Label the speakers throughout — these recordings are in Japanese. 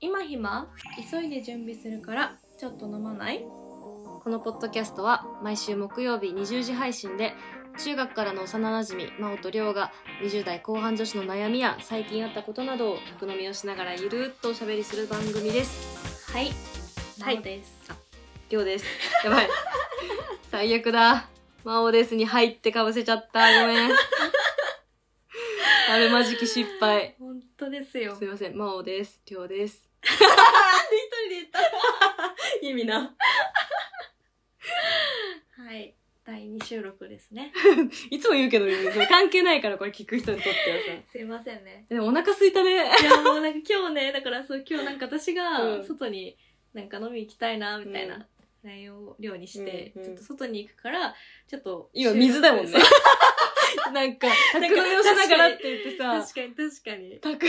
Speaker 1: 今暇急いで準備するからちょっと飲まない
Speaker 2: このポッドキャストは毎週木曜日20時配信で中学からの幼なじみ真央と亮が20代後半女子の悩みや最近あったことなどを宅飲みをしながらゆるっとおしゃべりする番組です
Speaker 1: はい
Speaker 2: はい
Speaker 1: 真央です
Speaker 2: 亮ですや ばい最悪だ真央ですに入ってかぶせちゃったごめんあるまじき失敗
Speaker 1: 本当ですよ
Speaker 2: すいません真央です亮です
Speaker 1: 人で言った
Speaker 2: 意味な
Speaker 1: はい第2収録ですね
Speaker 2: いつも言うけどそれ関係ないからこれ聞く人にとってはさ
Speaker 1: すいませんね
Speaker 2: でもお腹空いたね
Speaker 1: いやもうなんか今日ねだからそう今日なんか私
Speaker 2: う
Speaker 1: が
Speaker 2: ん
Speaker 1: 外になんか飲み行きたいなみたい
Speaker 2: うん
Speaker 1: な内容を量にして、
Speaker 2: うんうん
Speaker 1: ちょっと外に行くからちょっと
Speaker 2: 今水だもんね
Speaker 1: そう。
Speaker 2: なんか、宅飲みをしながらって言ってさ、
Speaker 1: 確かに確かに
Speaker 2: 宅、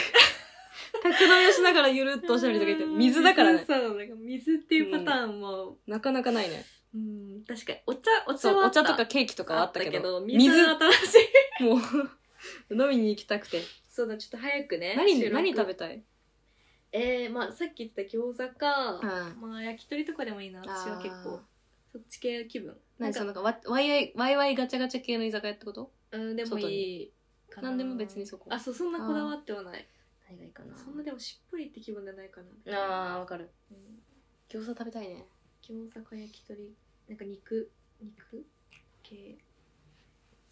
Speaker 2: 宅飲みをしながらゆるっとおしゃべりとか言って、水だからね。
Speaker 1: そうそうなんか水っていうパターンも、
Speaker 2: なかなかないね。
Speaker 1: うん、確かにお茶お茶
Speaker 2: そう、
Speaker 1: はあ
Speaker 2: お
Speaker 1: った
Speaker 2: 茶とかケーキとかはあったけど、
Speaker 1: 水
Speaker 2: 水、も
Speaker 1: 新しい
Speaker 2: う、 飲みに行きたくて。
Speaker 1: そうだちょっと早くね
Speaker 2: 何、
Speaker 1: 収録
Speaker 2: 何食べたい
Speaker 1: えー、まあさっき言ってた餃子か、
Speaker 2: うん
Speaker 1: まあ焼き鳥とかでもいいな私は結構。そっち系気分
Speaker 2: なんかその、なんか、ワイワイ、ワイワイガチャガチャ系の居酒屋ってこと
Speaker 1: うんでもいいかな
Speaker 2: 何でも別にそこ
Speaker 1: あそうそんなこだわってはない
Speaker 2: 何がいいかな
Speaker 1: そんなでもしっぷりって気分じゃないかな
Speaker 2: あー、わかる。
Speaker 1: うん
Speaker 2: 餃子食べたいね。
Speaker 1: 餃子か焼き鳥なんか肉肉系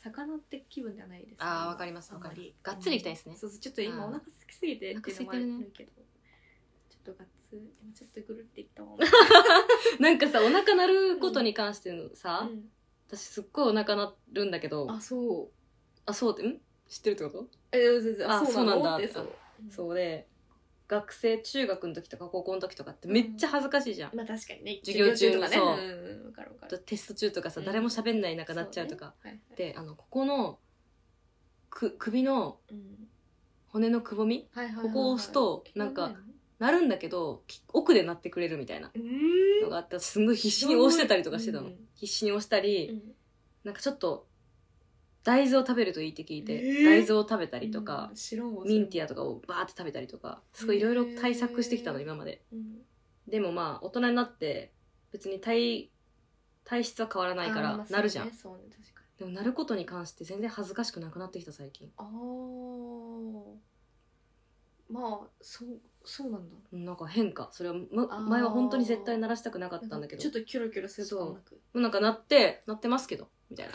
Speaker 1: 魚って気分じゃないです、
Speaker 2: あーわかります
Speaker 1: あんまり
Speaker 2: わかりますがっつり行きたいですね
Speaker 1: うんそうそうちょっと今
Speaker 2: あ
Speaker 1: お
Speaker 2: ー
Speaker 1: 腹空きすぎてっていうのもある
Speaker 2: お腹
Speaker 1: けどちょっとガッツ今ちょっとぐるっていったもん、
Speaker 2: なんかさ、お腹鳴ることに関してのさ、
Speaker 1: うん
Speaker 2: 私すっごいお腹鳴るんだけど、
Speaker 1: あそう
Speaker 2: あ、そうって、ん知ってるってこと
Speaker 1: え全然
Speaker 2: あそうなんだ
Speaker 1: ってそう
Speaker 2: そうで学生中学の時とか高校の時とかってめっちゃ恥ずかしいじゃん、
Speaker 1: まあ確かにね
Speaker 2: 授業中
Speaker 1: とかね
Speaker 2: そう
Speaker 1: うんわかるわか
Speaker 2: あと
Speaker 1: る
Speaker 2: テスト中とかさ、
Speaker 1: うん
Speaker 2: 誰も喋んない中なっちゃうとか
Speaker 1: そうねはいはい
Speaker 2: であのここのく首の
Speaker 1: うん
Speaker 2: 骨のくぼみ
Speaker 1: はいはいはいはい
Speaker 2: ここを押すとな
Speaker 1: え
Speaker 2: んか
Speaker 1: い
Speaker 2: なるんだけどき奥でなってくれるみたいな
Speaker 1: うー
Speaker 2: の
Speaker 1: ん
Speaker 2: があってすんごい必死に押してたりとかしてたの、
Speaker 1: うん
Speaker 2: 必死に押したり、なんかちょっと大豆を食べるといいって聞いて、
Speaker 1: えー
Speaker 2: 大豆を食べたりと
Speaker 1: う
Speaker 2: か
Speaker 1: ん、知らんわ
Speaker 2: ミンティ
Speaker 1: ア、
Speaker 2: アとかをバーって食べたりとかすごいいろいろ対策してきたの
Speaker 1: へー
Speaker 2: 今まで
Speaker 1: うん
Speaker 2: でもまあ大人になって別に体体質は変わらないか
Speaker 1: あーまあそう
Speaker 2: ら
Speaker 1: ね
Speaker 2: なるじゃん、
Speaker 1: そうね確かに
Speaker 2: でもなることに関して全然恥ずかしくなくなってきた最近
Speaker 1: ああまあそうそうなんだ
Speaker 2: なんか変化それは、ま
Speaker 1: あー
Speaker 2: 前は本当に絶対鳴らしたくなかったんだけど
Speaker 1: ちょっとキョロキョロするとかもなく
Speaker 2: もうなんか鳴って鳴ってますけどみ たいな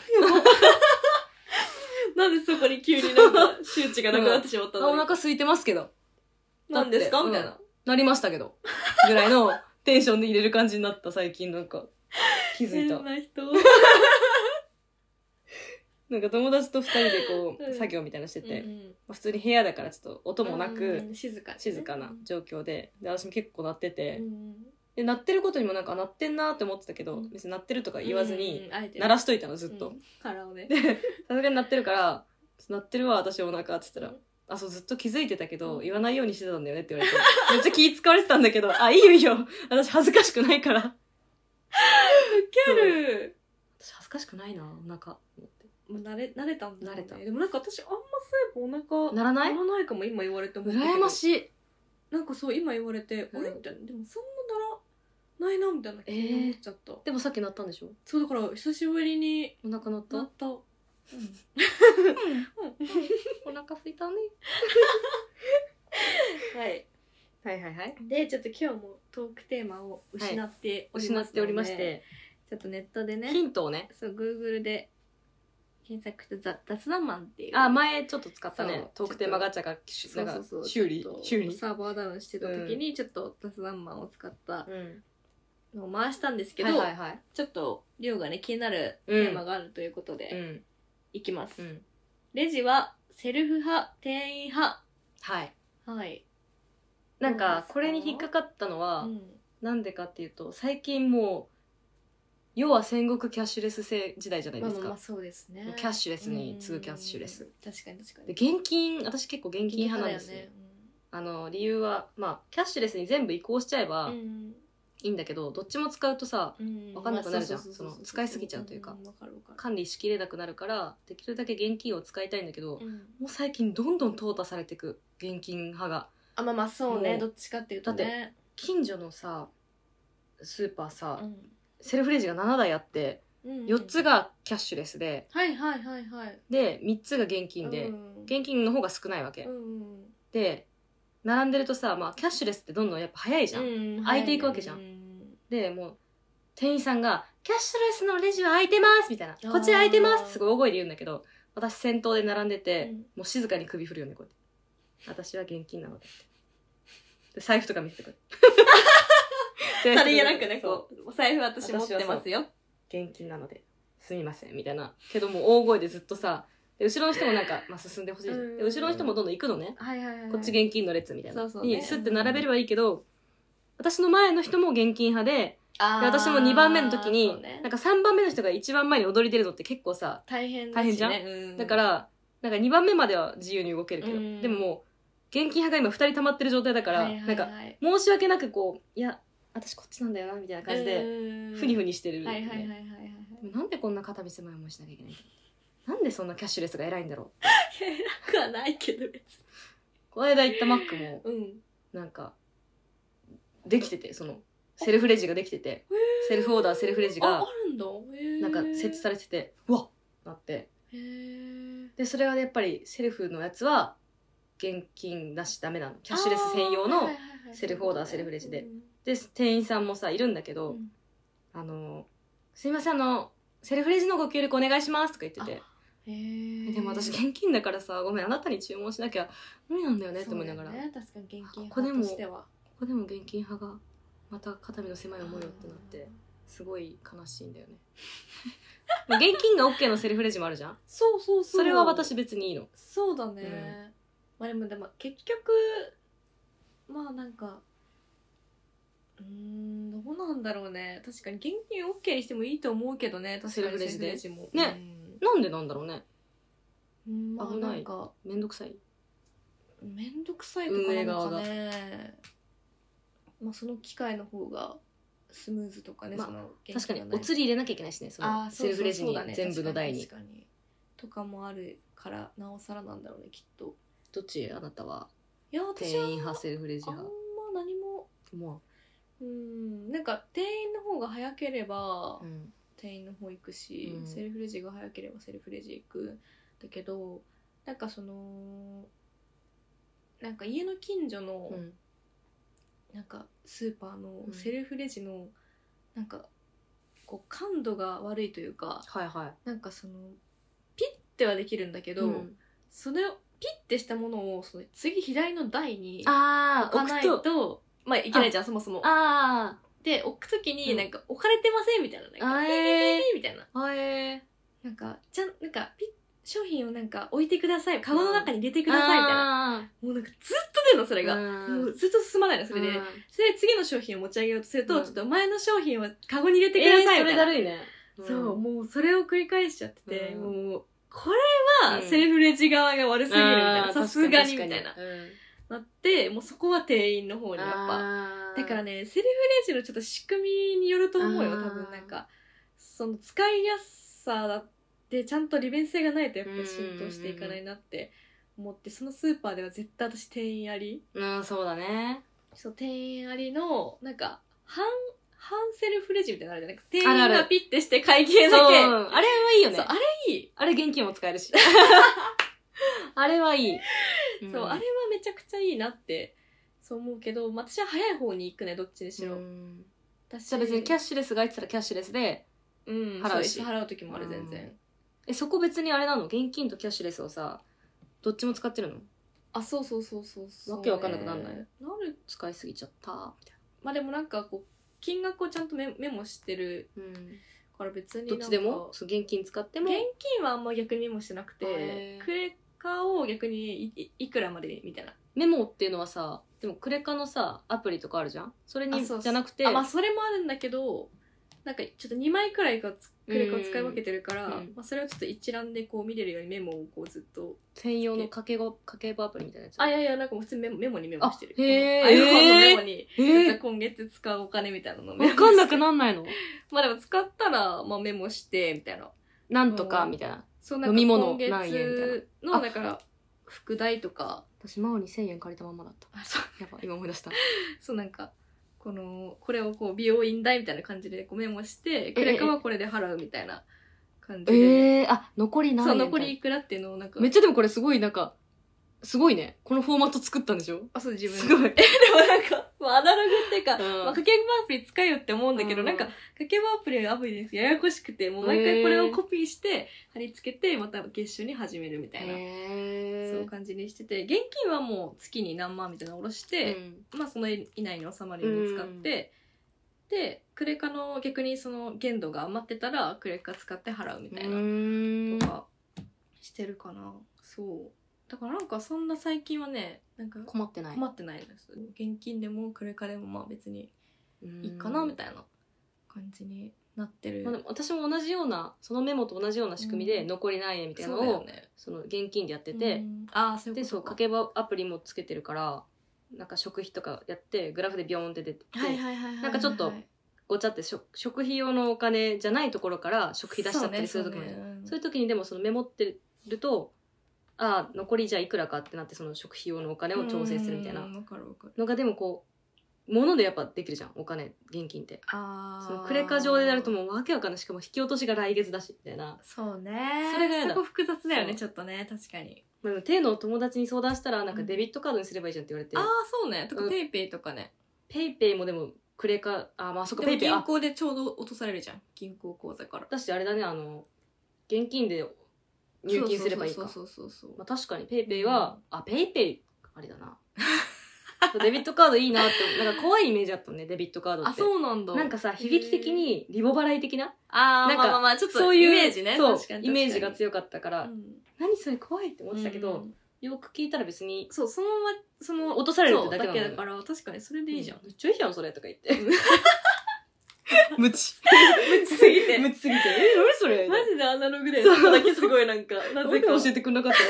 Speaker 1: なんでそこに急になんか周知がなくなってしまった
Speaker 2: あお
Speaker 1: の
Speaker 2: 腹空いてますけど
Speaker 1: なんですか
Speaker 2: だって
Speaker 1: みたいな
Speaker 2: 鳴りましたけどぐらいのテンションで入れる感じになった最近なんか気づいた
Speaker 1: 変な人
Speaker 2: なんか友達と二人でこ
Speaker 1: うん
Speaker 2: う作業みたいなのしてて、
Speaker 1: うん
Speaker 2: ま
Speaker 1: うん
Speaker 2: あ普通に部屋だからちょっと音もなく、
Speaker 1: うん静かにね
Speaker 2: 静かな状況でで私も結構鳴ってて、
Speaker 1: うん
Speaker 2: で鳴ってることにもなんか鳴ってんなって思ってたけど、
Speaker 1: うん
Speaker 2: 別に鳴ってるとか言わずに鳴
Speaker 1: 鳴
Speaker 2: ら
Speaker 1: し
Speaker 2: しといたのずっと
Speaker 1: 腹をね
Speaker 2: でさすがに鳴ってるから「ちょっと鳴ってるわ私お腹」っつったら
Speaker 1: うん
Speaker 2: 「あそうずっと気づいてたけど、
Speaker 1: うん
Speaker 2: 言わないようにしてたんだよね」って言われ てめっちゃ気使われてたんだけど「あいいよい いよ私恥ずかしくないから
Speaker 1: ウケる
Speaker 2: 私恥ずかしくないなお腹思って
Speaker 1: もう慣れ慣れたんだ、ね、
Speaker 2: 慣れた
Speaker 1: でもなんか私あんまそういえばお腹
Speaker 2: ならな
Speaker 1: 鳴
Speaker 2: い
Speaker 1: らないかも今言われても
Speaker 2: 羨ましい
Speaker 1: なんかそう今言われて、
Speaker 2: うん
Speaker 1: あれみたいなでもそんなならないなみたいな気に思っちゃった、
Speaker 2: でもさっき鳴ったんでしょ
Speaker 1: そうだから久しぶりに
Speaker 2: お腹鳴った、
Speaker 1: な った、うん、
Speaker 2: お腹すいたね
Speaker 1: はい
Speaker 2: はいはいはい
Speaker 1: でちょっと今日もトークテーマを失っておりますので、
Speaker 2: 失っておりまして、
Speaker 1: ちょっとネットでね
Speaker 2: ヒントをね
Speaker 1: そう Google で検索して雑雑談マンっていう
Speaker 2: あ前ちょっと使った
Speaker 1: そ
Speaker 2: ね
Speaker 1: う
Speaker 2: トークテーマガチャがし
Speaker 1: そうそうそ
Speaker 2: なん
Speaker 1: う
Speaker 2: か修理
Speaker 1: ちょっと
Speaker 2: 修理、
Speaker 1: サーバーダウンしてた時にちょっと雑談マンを使った
Speaker 2: うん、
Speaker 1: のを回したんですけ
Speaker 2: け
Speaker 1: ど、
Speaker 2: ど、はいはいはい
Speaker 1: ちょっと量がね気になるテーマがあるということで、
Speaker 2: うん
Speaker 1: いきます、
Speaker 2: うん
Speaker 1: レジはセルフ派店員派
Speaker 2: はい
Speaker 1: はい、
Speaker 2: なん
Speaker 1: どうで
Speaker 2: か
Speaker 1: すか
Speaker 2: これに引っかかったの
Speaker 1: う
Speaker 2: は
Speaker 1: ん、
Speaker 2: なんでかっていうと最近もう要は戦国キャッシュレス制時代じゃない
Speaker 1: まあ
Speaker 2: で
Speaker 1: ますあ
Speaker 2: か、
Speaker 1: まあそうですね
Speaker 2: キャッシュレスに次ぐキャッシュレス
Speaker 1: うん確かに確か
Speaker 2: で
Speaker 1: に
Speaker 2: 現金私結構現金派なんですよ
Speaker 1: 現
Speaker 2: あの理由はまあキャッシュレスに全部移行しちゃえば
Speaker 1: 金派
Speaker 2: いいんだけど、どっちも使うとさ
Speaker 1: だよねうんうん
Speaker 2: わかんなくなるじゃん
Speaker 1: まあううう
Speaker 2: その使いすぎちゃうというか
Speaker 1: んんわかるわかる
Speaker 2: 管理しきれなくなるからできるだけ現金を使いたいんだけど、
Speaker 1: うん
Speaker 2: もう最近どんどん淘汰されていく現金派が
Speaker 1: あまあまあそうね
Speaker 2: もう
Speaker 1: どっちかっていうとね
Speaker 2: 近所のさスーパーさ、
Speaker 1: うん
Speaker 2: セルフレジが7台あって
Speaker 1: うんうん
Speaker 2: 4つがキャッシュレスで
Speaker 1: はいはいはいはい
Speaker 2: で3つが現金で、
Speaker 1: うん
Speaker 2: 現金の方が少ないわけ、
Speaker 1: うんうん
Speaker 2: で並んでるとさ、まあ、キャッシュレスってどんどんやっぱ早いじゃん、
Speaker 1: うん
Speaker 2: 空いていくわけじゃん
Speaker 1: うん
Speaker 2: でもう店員さんが「キャッシュレスのレジは空いてます」みたいな「
Speaker 1: ー
Speaker 2: こっち空いてます」ってすごい大声で言うんだけど私先頭で並んでて、
Speaker 1: うん
Speaker 2: もう静かに首振るよねこうやって私は現金なのでで財布とか見せてくる
Speaker 1: さりげなくね
Speaker 2: そう
Speaker 1: こうお財布私持っ
Speaker 2: 私は
Speaker 1: て
Speaker 2: そう
Speaker 1: ますよ
Speaker 2: 現金なのですみませんみたいなけどもう大声でずっとさで後ろの人もなんか、まあ、進んでほしいじゃん
Speaker 1: うん
Speaker 2: で後ろの人もどんどん行くのね
Speaker 1: はいはいはいはい
Speaker 2: こっち現金の列みたいな
Speaker 1: そうそうね
Speaker 2: にスッて並べればいいけど私の前の人も現金派で
Speaker 1: あ
Speaker 2: で
Speaker 1: ー
Speaker 2: 私も2番目の時
Speaker 1: そ
Speaker 2: に、
Speaker 1: うね
Speaker 2: なんか3番目の人が一番前に踊り出るのって結構さ
Speaker 1: 大変
Speaker 2: 大変じゃん
Speaker 1: ん
Speaker 2: だからなんか2番目までは自由に動けるけど、
Speaker 1: うん
Speaker 2: でももう現金派が今2人溜まってる状態だから、なんか
Speaker 1: んか
Speaker 2: 申し訳なくこう「いや私こっちなんだよな」みたいな感じでふにふ
Speaker 1: に
Speaker 2: にしてる、ね
Speaker 1: はいはいはいはいはい
Speaker 2: でもなんでこんな肩身狭い思いしなきゃいけないのなんでそんなキャッシュレスが偉いんだろう
Speaker 1: なくはないけど別に
Speaker 2: この間行ったマックも
Speaker 1: うん
Speaker 2: なんかできててそのセルフレジができててセルフオーダーセルフレジ
Speaker 1: あ
Speaker 2: が
Speaker 1: あるんだへー
Speaker 2: なんか設置されててうわっなって
Speaker 1: へー
Speaker 2: でそれはやっぱりセルフのやつは現金だしダメなのキャッシュレス専用のセルフオーダーセルフレジでで店員さんもさいるんだけど、
Speaker 1: うん
Speaker 2: あの「すいませんあのセルフレジのご協力お願いします」とか言っててえでも私
Speaker 1: 金
Speaker 2: 現金だからさごめんあなたに注文しなきゃ無理なんだよねって思いながら、
Speaker 1: 確かに現金
Speaker 2: ここで
Speaker 1: 派
Speaker 2: も
Speaker 1: としては
Speaker 2: ここでも現金派がまた肩身の狭い思いをってなっ
Speaker 1: あー
Speaker 2: てすごい悲しいんだよね 現金が OK のセルフレジもあるじゃん
Speaker 1: そうそうそう
Speaker 2: それは私別にいいの
Speaker 1: そうだね、
Speaker 2: うん
Speaker 1: まあでもでも結局まあなんかうーんどうなんだろうね確かに現金 OK にしてもいいと思うけどね確かに
Speaker 2: セルフレジで
Speaker 1: セルフレジも
Speaker 2: ねなんでなんだろうね
Speaker 1: うん、まあ
Speaker 2: 危
Speaker 1: な
Speaker 2: ない
Speaker 1: んか
Speaker 2: めんどくさい
Speaker 1: 面倒くさいとか
Speaker 2: 運
Speaker 1: な
Speaker 2: 営
Speaker 1: の
Speaker 2: 側
Speaker 1: か
Speaker 2: が
Speaker 1: ねまあその機械の方がスムーズとかね、
Speaker 2: まあ
Speaker 1: その現
Speaker 2: 確か
Speaker 1: 金
Speaker 2: に
Speaker 1: がない
Speaker 2: お釣り入れなきゃいけないしねそ
Speaker 1: あ
Speaker 2: の
Speaker 1: ーそう
Speaker 2: セルフレジ
Speaker 1: そう
Speaker 2: に
Speaker 1: そうだね
Speaker 2: 全部の台に
Speaker 1: 確かに確かにとかもあるからなおさらなんだろうねきっと
Speaker 2: どっちあなたはい
Speaker 1: や
Speaker 2: 店
Speaker 1: 私は
Speaker 2: 員派セルフレジ
Speaker 1: あんま
Speaker 2: 派
Speaker 1: 何も
Speaker 2: も
Speaker 1: うんなんか店員の方が早ければ
Speaker 2: う、うん
Speaker 1: 店員の方行くし、
Speaker 2: うん
Speaker 1: セルフレジが早ければセルフレジ行くだけどなんかそのなんか家の近所の、
Speaker 2: うん
Speaker 1: なんかスーパーの
Speaker 2: うん
Speaker 1: セルフレジの、なんかこう感度が悪いというか
Speaker 2: はいはい
Speaker 1: なんかそのピッてはできるんだけど、
Speaker 2: うん
Speaker 1: それをピッてしたものをその次左の台に
Speaker 2: あ
Speaker 1: 置か
Speaker 2: あ置
Speaker 1: ない
Speaker 2: く
Speaker 1: と
Speaker 2: と
Speaker 1: まあいけないじゃんそもそも。
Speaker 2: あ
Speaker 1: で置くときに
Speaker 2: うん
Speaker 1: なんか置かれてませんみたいななんか
Speaker 2: あー
Speaker 1: えーみたいな
Speaker 2: ああえ
Speaker 1: なんかじゃんなんかピッ商品をなんか置いてくださいカゴの中に入れてくださいみたいな
Speaker 2: な
Speaker 1: もうなんかずっと出るのそれがもうずっと進まないのそれでそれで次の商品を持ち上げようとすると、
Speaker 2: うん
Speaker 1: ちょっと前の商品はカゴに入れてく
Speaker 2: え
Speaker 1: だ
Speaker 2: ー
Speaker 1: さい
Speaker 2: そ
Speaker 1: みた
Speaker 2: れ
Speaker 1: い
Speaker 2: だ
Speaker 1: な、
Speaker 2: るいね
Speaker 1: そう、
Speaker 2: ん
Speaker 1: もうそれを繰り返しちゃってて、
Speaker 2: うん
Speaker 1: もうこれは
Speaker 2: うん
Speaker 1: セルフレジ側が悪すぎるみたいな
Speaker 2: あー
Speaker 1: さすがにみ
Speaker 2: 確
Speaker 1: た
Speaker 2: か
Speaker 1: いな
Speaker 2: 確かにうん
Speaker 1: なってもうそこは店員の方にやっぱ
Speaker 2: あー
Speaker 1: だからねセルフレジのちょっと仕組みによると思うよ多
Speaker 2: あー
Speaker 1: 分なんかその使いやすさだってちゃんと利便性がないとやっぱ浸透していかないなって思ってそのスーパーでは絶対私店員あり
Speaker 2: うんそうだね
Speaker 1: そう店員ありのなんか半半セルフレジみたいなのあるじゃなくて店
Speaker 2: あるあ
Speaker 1: 員
Speaker 2: る
Speaker 1: がピッてして会計
Speaker 2: そ
Speaker 1: だ
Speaker 2: う
Speaker 1: け
Speaker 2: あれはいいよね
Speaker 1: そうあれいい、
Speaker 2: あれ現金も使えるし あれはいい
Speaker 1: そうあれはめちゃくちゃいいなってそう思うけど、まあ私は早い方に行くねどっちにしろ、
Speaker 2: うん
Speaker 1: 私
Speaker 2: じゃあ別にキャッシュレスが入ってたらキャッシュレスで
Speaker 1: うん、
Speaker 2: 払
Speaker 1: 払
Speaker 2: う
Speaker 1: う
Speaker 2: し
Speaker 1: 払う時もある全然、
Speaker 2: うんえそこ別にあれなの現金とキャッシュレスをさどっちも使ってるの
Speaker 1: あそうそうそうそうそう
Speaker 2: わけわかんなくなんない
Speaker 1: なる
Speaker 2: 使いすぎちゃったみたい
Speaker 1: まあでもなんかこう金額をちゃんとメメモしてる
Speaker 2: な、
Speaker 1: から別にな
Speaker 2: どっ
Speaker 1: んか
Speaker 2: ちでもそう現金使って
Speaker 1: 現
Speaker 2: も
Speaker 1: 金はあんま逆にメモしてなく
Speaker 2: へ
Speaker 1: て
Speaker 2: ー
Speaker 1: クレカを逆にいいいくらまでみたいな
Speaker 2: メモっていうのはさでもクレカのさアプリとかあるじゃんそれ
Speaker 1: あ
Speaker 2: に
Speaker 1: そうそう
Speaker 2: じゃなくて
Speaker 1: あまあそれもあるんだけどなんかちょっと2枚くらいがつクレカを使い分けてるから、
Speaker 2: うん
Speaker 1: まあ、それをちょっと一覧でこう見れるようにメモをこうずっと
Speaker 2: 専用の家計簿家計簿アプリみたいなやつ
Speaker 1: あいやいやなんかもう普通にメモメモにメモしてる
Speaker 2: あへー
Speaker 1: この iPhone のメモに、
Speaker 2: え
Speaker 1: なん
Speaker 2: ー
Speaker 1: か今月使うお金みたいなのをメモ
Speaker 2: わかんな
Speaker 1: して
Speaker 2: くなんないの
Speaker 1: まあでも使ったら、まあ、メモしてみたいな
Speaker 2: なんとかみたいな
Speaker 1: そうなんか
Speaker 2: 飲み物
Speaker 1: 今月
Speaker 2: 何円みたい
Speaker 1: の
Speaker 2: なあ
Speaker 1: だから副題とか
Speaker 2: 私真央に1000円借りたままだった
Speaker 1: あそう
Speaker 2: やば今思い出した
Speaker 1: そうなんかこのこれをこう美容院代みたいな感じでこうメモしてクレカはこれで払うみたいな感じで、
Speaker 2: ええー、あ残り何
Speaker 1: そう
Speaker 2: 円
Speaker 1: 残りいくらっていうのをなんか
Speaker 2: めっちゃでもこれすごいなんかすごいねこのフォーマット作ったんでしょ
Speaker 1: あそう自分
Speaker 2: すごい
Speaker 1: えでもなんかもうアナログっていうか、
Speaker 2: うん
Speaker 1: まあ、家計簿アプリ使えよって思うんだけど、
Speaker 2: う
Speaker 1: なんか家計簿アプリはアプリですややこしくてもう毎回これをコピーして貼り付けてまた月初に始めるみたいな、そうい
Speaker 2: え
Speaker 1: う感じにしてて現金はもう月に何万みたいなの下ろして、まあ、その以内に収まるように使って、でクレカの逆にその限度が余ってたらクレカ使って払うみたいなとかしてるかな、そうだからなんかそんな最近はねなんか
Speaker 2: 困ってない
Speaker 1: 困ってないです現金でもクレカでもまあ別にいいかなみ
Speaker 2: い
Speaker 1: たいな感じになってる、
Speaker 2: まあ、でも私も同じようなそのメモと同じような仕組みで
Speaker 1: うん
Speaker 2: 残り何円みたいなの
Speaker 1: そうだよ
Speaker 2: を
Speaker 1: ね
Speaker 2: その現金でやって
Speaker 1: う
Speaker 2: て
Speaker 1: んああそうい
Speaker 2: で
Speaker 1: うこ
Speaker 2: そ
Speaker 1: と
Speaker 2: う家計簿アプリもつけてるからなんか食費とかやってグラフでビョーンって出てて、
Speaker 1: はいはいはいはいはい
Speaker 2: なんかちょっとごちゃって食食費用のお金じゃないところから食費出しちゃったりする時もある
Speaker 1: そうねそうねうん
Speaker 2: そういう時にでもそのメモってるとああ残りじゃあいくらかってなってその食費用のお金を調整するみたいな
Speaker 1: うんわかるわかる
Speaker 2: のがでもこう物でやっぱできるじゃんお金現金って
Speaker 1: ああ
Speaker 2: そのクレカ上でやるともうわけわかんないしかも引き落としが来月だしみたいな、
Speaker 1: そうね
Speaker 2: それが嫌だ
Speaker 1: そこ複雑だよね
Speaker 2: そう
Speaker 1: ちょっとね確かに
Speaker 2: まあ、でも手のお友達に相談したらなんかデビットカードにすればいいじゃんって言われて
Speaker 1: ああそうねと
Speaker 2: う
Speaker 1: か
Speaker 2: ん
Speaker 1: ペイペイとかね
Speaker 2: ペイペイもでもクレカあまあそっか
Speaker 1: でも
Speaker 2: ペイペイ
Speaker 1: 銀
Speaker 2: あ
Speaker 1: 行でちょうど落とされるじゃん銀行口座から
Speaker 2: だしあれだねあの現金で入金すればいいか
Speaker 1: そうそうそうそう
Speaker 2: まあ、確かにペイペイは、あペイペイあれだなデビットカードいいな ってなんか怖いイメージだったのねデビットカードって
Speaker 1: あそうなんだ
Speaker 2: なんかさ響き的にリボ払い的な
Speaker 1: あ
Speaker 2: な
Speaker 1: ー
Speaker 2: ん
Speaker 1: ま
Speaker 2: か
Speaker 1: あまあまあちょっと
Speaker 2: そういう
Speaker 1: イメージね
Speaker 2: そ
Speaker 1: 確か
Speaker 2: う
Speaker 1: に確かに
Speaker 2: イメージが強かったから、
Speaker 1: うん
Speaker 2: 何それ怖いって思ってたけど、
Speaker 1: うん
Speaker 2: よく聞いたら別に
Speaker 1: そうそのままその
Speaker 2: 落とされるって
Speaker 1: そう
Speaker 2: だけな
Speaker 1: だ
Speaker 2: の
Speaker 1: け
Speaker 2: よ
Speaker 1: だから確かにそれでいいじゃん
Speaker 2: めっちゃいいじゃんそれとか言って
Speaker 1: うん
Speaker 2: 無知
Speaker 1: 無知すぎて
Speaker 2: 無知すぎてえ何それ
Speaker 1: マジでアナログだ
Speaker 2: そ
Speaker 1: よ
Speaker 2: う
Speaker 1: そこだけすごい なんかな
Speaker 2: な
Speaker 1: ぜ
Speaker 2: ぜ
Speaker 1: か
Speaker 2: か教えてくれなかったの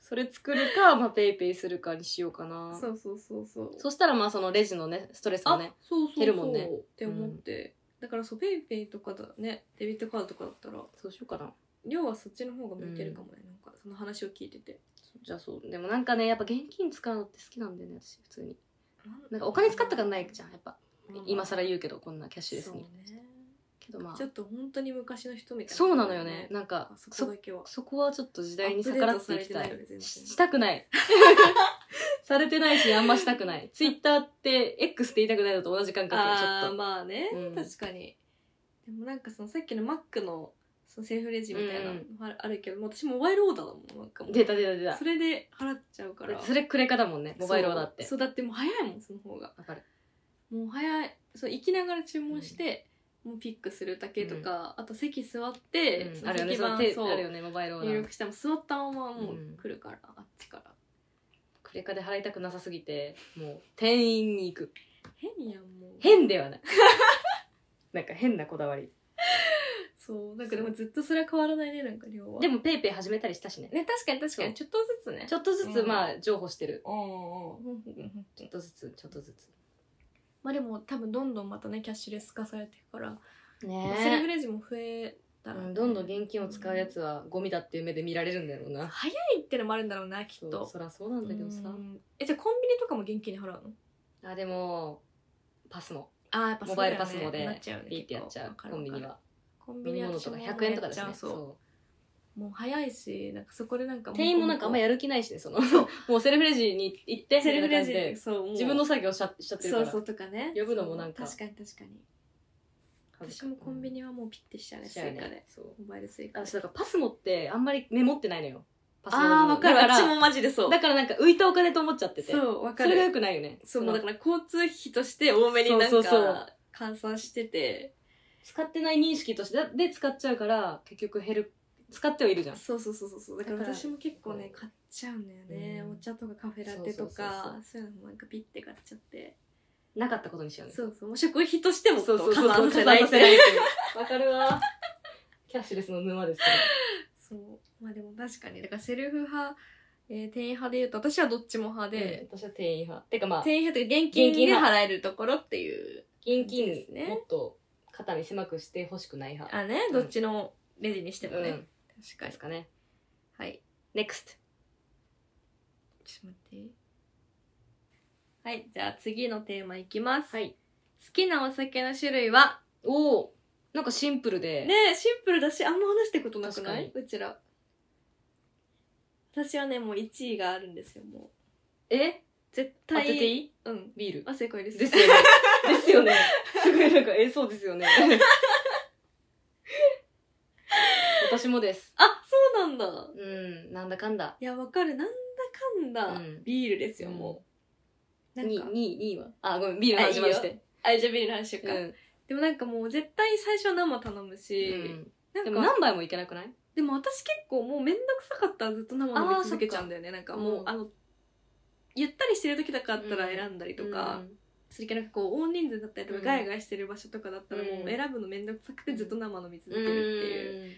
Speaker 2: それ作るか、まあ、ペイペイするかにしようかな
Speaker 1: そうそうそうそう
Speaker 2: そしたらまあそのレジのねストレスもね
Speaker 1: あそうそうそう
Speaker 2: 減るもんね
Speaker 1: って思って、だからそうペイペイとかだねデビットカードとかだったら
Speaker 2: そうしようかな
Speaker 1: 量はそっちの方が向いてるかもね、なんかその話を聞いてて
Speaker 2: じゃあそうでもなんかねやっぱ現金使うのって好きなんだよね私普通になんかお金使ったことないじゃんやっぱ今更言うけどこんなキャッシュレスに
Speaker 1: そうね
Speaker 2: けどまあ
Speaker 1: ちょっと本当に昔の人みたいな
Speaker 2: そうなのよねなんか
Speaker 1: あそこ
Speaker 2: そ
Speaker 1: だけは
Speaker 2: そこはちょっと時代に逆らっていきた
Speaker 1: アップデートされてないよ
Speaker 2: い
Speaker 1: ね全然
Speaker 2: ししたくない されてないしあんましたくないツイッターって X って言いたくないのと同じ感覚でち
Speaker 1: あ
Speaker 2: ょ
Speaker 1: ー
Speaker 2: っと
Speaker 1: まあね、
Speaker 2: うん
Speaker 1: 確かにでもなんかそのさっきのマックのそのセーフレジみたいなの
Speaker 2: うん
Speaker 1: あるあるけど、私モバイルオーダーだもんなんかもう
Speaker 2: 出た出た出た
Speaker 1: それで払っちゃうから
Speaker 2: それクレカだもんねモバイルオーダーって
Speaker 1: そうそうだってもう早いもんその方が
Speaker 2: わかる
Speaker 1: もう早いそう行きながら注文して、もうピックするだけとか、あと席座って、
Speaker 2: うん
Speaker 1: その
Speaker 2: あるよね
Speaker 1: 席
Speaker 2: その
Speaker 1: 番
Speaker 2: 手
Speaker 1: そう
Speaker 2: あるよねモバイルオーダ
Speaker 1: 入
Speaker 2: ー
Speaker 1: 力しても座ったままもう来るから、あっちから
Speaker 2: クレカで払いたくなさすぎてもう店員に行く
Speaker 1: 変やんもう
Speaker 2: 変で はないなんか変なこだわり
Speaker 1: そうなんかでもずっとそれは変わらないねなんか量は
Speaker 2: でもペイペイ始めたりしたしね
Speaker 1: ね確かに確か
Speaker 2: そう
Speaker 1: にちょっとずつね
Speaker 2: ちょっとずつ
Speaker 1: うん
Speaker 2: まあ譲歩してる、
Speaker 1: うん
Speaker 2: ちょっとずつちょっとずつ
Speaker 1: まあでも多分どんどんまたねキャッシュレス化されていくから、セルフ
Speaker 2: ね
Speaker 1: レジも増えたらね、
Speaker 2: うん、どんどん現金を使うやつはゴミだっていう目で見られるんだろうな
Speaker 1: 早いってのもあるんだろうなき
Speaker 2: そ
Speaker 1: っ
Speaker 2: う
Speaker 1: と
Speaker 2: そらそうなんだけどさ
Speaker 1: うんえじゃあコンビニとかも現金で払うの
Speaker 2: あでもパスも
Speaker 1: ああやっぱ
Speaker 2: モバイルパスモで
Speaker 1: なっちゃうよね
Speaker 2: ピーってやっちゃう
Speaker 1: 結構
Speaker 2: コンビ
Speaker 1: わ
Speaker 2: ニ
Speaker 1: か
Speaker 2: は
Speaker 1: るコンビ
Speaker 2: 飲み
Speaker 1: ニは
Speaker 2: 物
Speaker 1: 私
Speaker 2: とか
Speaker 1: も
Speaker 2: 100円とかです
Speaker 1: や
Speaker 2: ね
Speaker 1: っちゃうそう
Speaker 2: そう
Speaker 1: もう早いしなんかそこでなんか
Speaker 2: 店員もなんかあんま
Speaker 1: や
Speaker 2: やる気ないしねその もうセルフレジに行って
Speaker 1: セルフレ
Speaker 2: みたいな
Speaker 1: ジ
Speaker 2: 感じで
Speaker 1: そうもう
Speaker 2: 自分の作業しちゃしちゃってるか
Speaker 1: そう
Speaker 2: ら
Speaker 1: そうとかね
Speaker 2: 呼ぶのもなんか
Speaker 1: そう確かに確かに
Speaker 2: 恥ず
Speaker 1: 私
Speaker 2: か
Speaker 1: もコンビニはもうピッてしちゃうね、
Speaker 2: し
Speaker 1: ス
Speaker 2: ち
Speaker 1: イ
Speaker 2: ゃう
Speaker 1: カ
Speaker 2: よ
Speaker 1: で、
Speaker 2: ねそう
Speaker 1: モバイルスイカで
Speaker 2: 私だからパスモってあんまりメモってないのよパスモ
Speaker 1: ああわかる
Speaker 2: だから
Speaker 1: 私もマジでそう
Speaker 2: だからなんか浮いたお金と思っちゃってて
Speaker 1: そうわか
Speaker 2: それが良
Speaker 1: る
Speaker 2: くないよね
Speaker 1: そう
Speaker 2: そ
Speaker 1: も
Speaker 2: の
Speaker 1: うだから交通費として多めになん
Speaker 2: そうそうそう
Speaker 1: か換算してて
Speaker 2: 使ってない認識としてで使っちゃうから結局減る使ってはいるじゃん
Speaker 1: そうそうそうそうそうだから
Speaker 2: だから
Speaker 1: 私も結構ね買っちゃうんだよね
Speaker 2: うん
Speaker 1: お茶とかカフェラテとかそういうのもなんかピッて買っちゃって
Speaker 2: なかったことにしちゃうね
Speaker 1: そうそうもう食費としても
Speaker 2: そうそうそう
Speaker 1: 加算さ
Speaker 2: 加
Speaker 1: せ
Speaker 2: 算
Speaker 1: ない
Speaker 2: させないっていうわかるわキャッシュレスの沼ですね
Speaker 1: そうまあでも確かにだからセルフ派、えー店員派で言うと私はどっちも派で、
Speaker 2: うん私は店員派てかまあ現
Speaker 1: 店員派というか現金で
Speaker 2: 現金
Speaker 1: 払えるところっていう
Speaker 2: 金
Speaker 1: ですね
Speaker 2: もっと肩身狭くしてほしくない派
Speaker 1: あね
Speaker 2: うん
Speaker 1: どっちのレジにして
Speaker 2: う
Speaker 1: もね、
Speaker 2: ん
Speaker 1: 確か
Speaker 2: で
Speaker 1: に
Speaker 2: すかね
Speaker 1: はい
Speaker 2: NEXT
Speaker 1: ちょっと待って。はい、じゃあ次のテーマいきます。
Speaker 2: はい。
Speaker 1: 好きなお酒の種類は
Speaker 2: おおなんかシンプルで。
Speaker 1: ねえシンプルだしあんま話してことなくないう
Speaker 2: 確
Speaker 1: ちら私はねもう1位があるんですよも
Speaker 2: え
Speaker 1: う絶
Speaker 2: 当
Speaker 1: 対
Speaker 2: てていい
Speaker 1: うん
Speaker 2: ビール。
Speaker 1: 汗こいです
Speaker 2: ですよね。ですよね。すごいなんか、え、そうですよね。私もです。
Speaker 1: あそうなんだ
Speaker 2: うん、なんだかんだ。
Speaker 1: いやわかるなんだかんだ、
Speaker 2: うん
Speaker 1: ビールですよもうなん
Speaker 2: に
Speaker 1: か
Speaker 2: ににはあ、ごめん、ビールの話まして。
Speaker 1: あじゃあビールの話しよう
Speaker 2: う
Speaker 1: か、
Speaker 2: ん
Speaker 1: でもなんかもう絶対最初は生頼むし、
Speaker 2: うん
Speaker 1: なんかで
Speaker 2: でも
Speaker 1: も
Speaker 2: 何杯もいけなくない
Speaker 1: 私結構もうめんどくさかったらずっと生飲み続けちゃうんだよねなんかもう、
Speaker 2: うん
Speaker 1: あのゆったりしてる時だかあったら
Speaker 2: うん
Speaker 1: 選んだりと
Speaker 2: と
Speaker 1: か、
Speaker 2: か、
Speaker 1: それかなんかこう大人数だったりとか
Speaker 2: うん
Speaker 1: ガヤガヤしてる場所とかだったらも
Speaker 2: う
Speaker 1: うん選ぶの面倒くさくてずっと生飲み続
Speaker 2: う
Speaker 1: けるっていう、
Speaker 2: ん。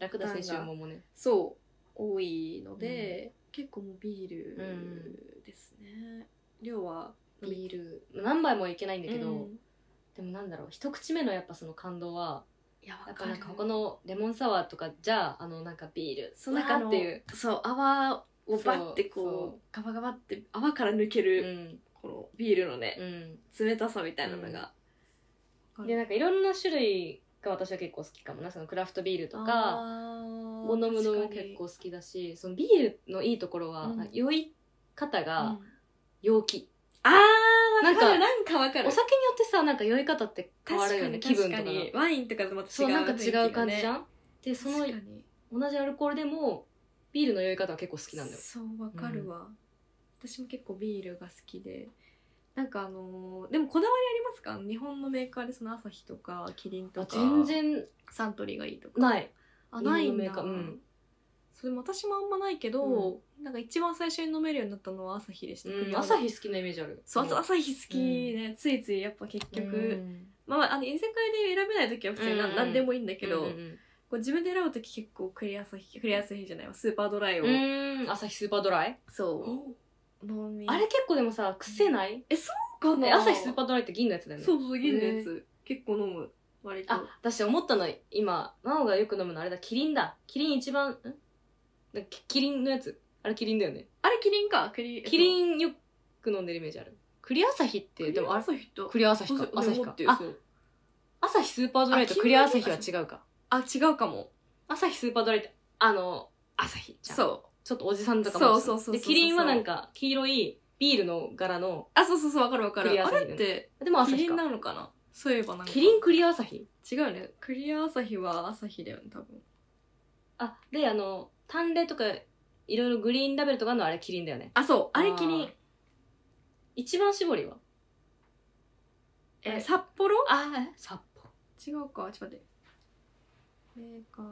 Speaker 2: 楽だ選手ももね。
Speaker 1: そう多いので、結構もうビールですね、量は
Speaker 2: ビール。何杯もいけないんだけ
Speaker 1: う
Speaker 2: ど
Speaker 1: ん、
Speaker 2: でもなんだろう、一口目のやっぱその感動は、
Speaker 1: いや
Speaker 2: や
Speaker 1: わ
Speaker 2: っ
Speaker 1: か
Speaker 2: ぱ
Speaker 1: る
Speaker 2: なんか他のレモンサワーとかじゃああのなんかビール
Speaker 1: その中
Speaker 2: わー
Speaker 1: の
Speaker 2: っていう、
Speaker 1: そう泡をバッてこうガバガバって泡から抜ける、
Speaker 2: ん
Speaker 1: このビールのね
Speaker 2: うん、
Speaker 1: 冷たさみたいなのが、わか
Speaker 2: で
Speaker 1: る
Speaker 2: なんかいろんな種類が私は結構好きかもなそのクラフトビールとか
Speaker 1: お
Speaker 2: を飲むのも結構好きだしそのビールのいいところは、
Speaker 1: うん
Speaker 2: 酔い方
Speaker 1: あー
Speaker 2: が陽気、
Speaker 1: あーわか
Speaker 2: な
Speaker 1: るなん
Speaker 2: んか
Speaker 1: かわかる
Speaker 2: お酒によってさなんか酔い方って変わるよね気分とか
Speaker 1: 確
Speaker 2: の
Speaker 1: かにワインとかとまた
Speaker 2: そう
Speaker 1: 違う
Speaker 2: なんか違う感じじゃ
Speaker 1: ん
Speaker 2: ん、でその同じアルコールでもビールの酔い方は結構好きなんだよ
Speaker 1: そうわかるわ、私も結構ビールが好きでなんかあのーでもこだわりありますか日本のメーカーでその朝日とかキリンと
Speaker 2: あ
Speaker 1: か
Speaker 2: 全然
Speaker 1: サントリーがいいとか
Speaker 2: ない
Speaker 1: あないん
Speaker 2: 日
Speaker 1: だ
Speaker 2: 本のメーカーうん
Speaker 1: それも私もあんまないけど、なんか一番最初に飲めるようになったのは朝日でした、
Speaker 2: うん、朝日好きなイメージある
Speaker 1: そう、
Speaker 2: ん
Speaker 1: 朝日好きね、ついついやっぱ結局、
Speaker 2: うん
Speaker 1: まあまああの居酒屋で選べない時は普通に
Speaker 2: うんう
Speaker 1: 何,、
Speaker 2: ん
Speaker 1: なん、でもいいんだけど、
Speaker 2: うん
Speaker 1: こう自分で選ぶ時結構クリア朝日クリア朝日じゃないわスーパードライを、
Speaker 2: うんうん、うーん朝日スーパードライ
Speaker 1: そう飲み
Speaker 2: あれ結構でもさ癖ない
Speaker 1: か
Speaker 2: え
Speaker 1: な
Speaker 2: 朝日スーパードライって銀のやつだよね
Speaker 1: そうそう銀のやつ、結構飲む割と
Speaker 2: あ私思ったの今真央がよく飲むのあれだキリンだキリン一番んなんかキキリンのやつあれキリンだよね
Speaker 1: あれキリンかキリン
Speaker 2: キ
Speaker 1: ンっ
Speaker 2: リンよく飲んでるイメージある栗朝日っ
Speaker 1: て
Speaker 2: てで
Speaker 1: で
Speaker 2: も
Speaker 1: も
Speaker 2: あれ
Speaker 1: 朝日と
Speaker 2: 栗朝日か
Speaker 1: そう
Speaker 2: 朝
Speaker 1: そう
Speaker 2: 日
Speaker 1: 思
Speaker 2: か
Speaker 1: ってる
Speaker 2: あ
Speaker 1: そう
Speaker 2: 朝日スーパードライと栗朝日は違うか
Speaker 1: あ違うかも
Speaker 2: 朝日スーパードライってあの朝日じゃん
Speaker 1: そう
Speaker 2: ちょっとおじさんとかも
Speaker 1: そうそうそうそう
Speaker 2: でキリンはなんか黄色いビールの柄の
Speaker 1: あそうそうそうわかるわか
Speaker 2: クリ
Speaker 1: る
Speaker 2: ア
Speaker 1: あ
Speaker 2: 朝
Speaker 1: れ
Speaker 2: 日
Speaker 1: っ
Speaker 2: だね
Speaker 1: て
Speaker 2: でも
Speaker 1: キリ
Speaker 2: 朝日
Speaker 1: ン
Speaker 2: か
Speaker 1: なのかなそういえばなんか
Speaker 2: キリン栗朝日
Speaker 1: 違うねクリア朝日は朝日だよね多分
Speaker 2: あであの淡麗とかいろいろグリーンラベルとかあるのあれキリンだよね
Speaker 1: あそうあれキリ
Speaker 2: あ
Speaker 1: ン
Speaker 2: ー一番絞りは
Speaker 1: え札幌
Speaker 2: あ札幌
Speaker 1: 違うかちょっと待ってメーカー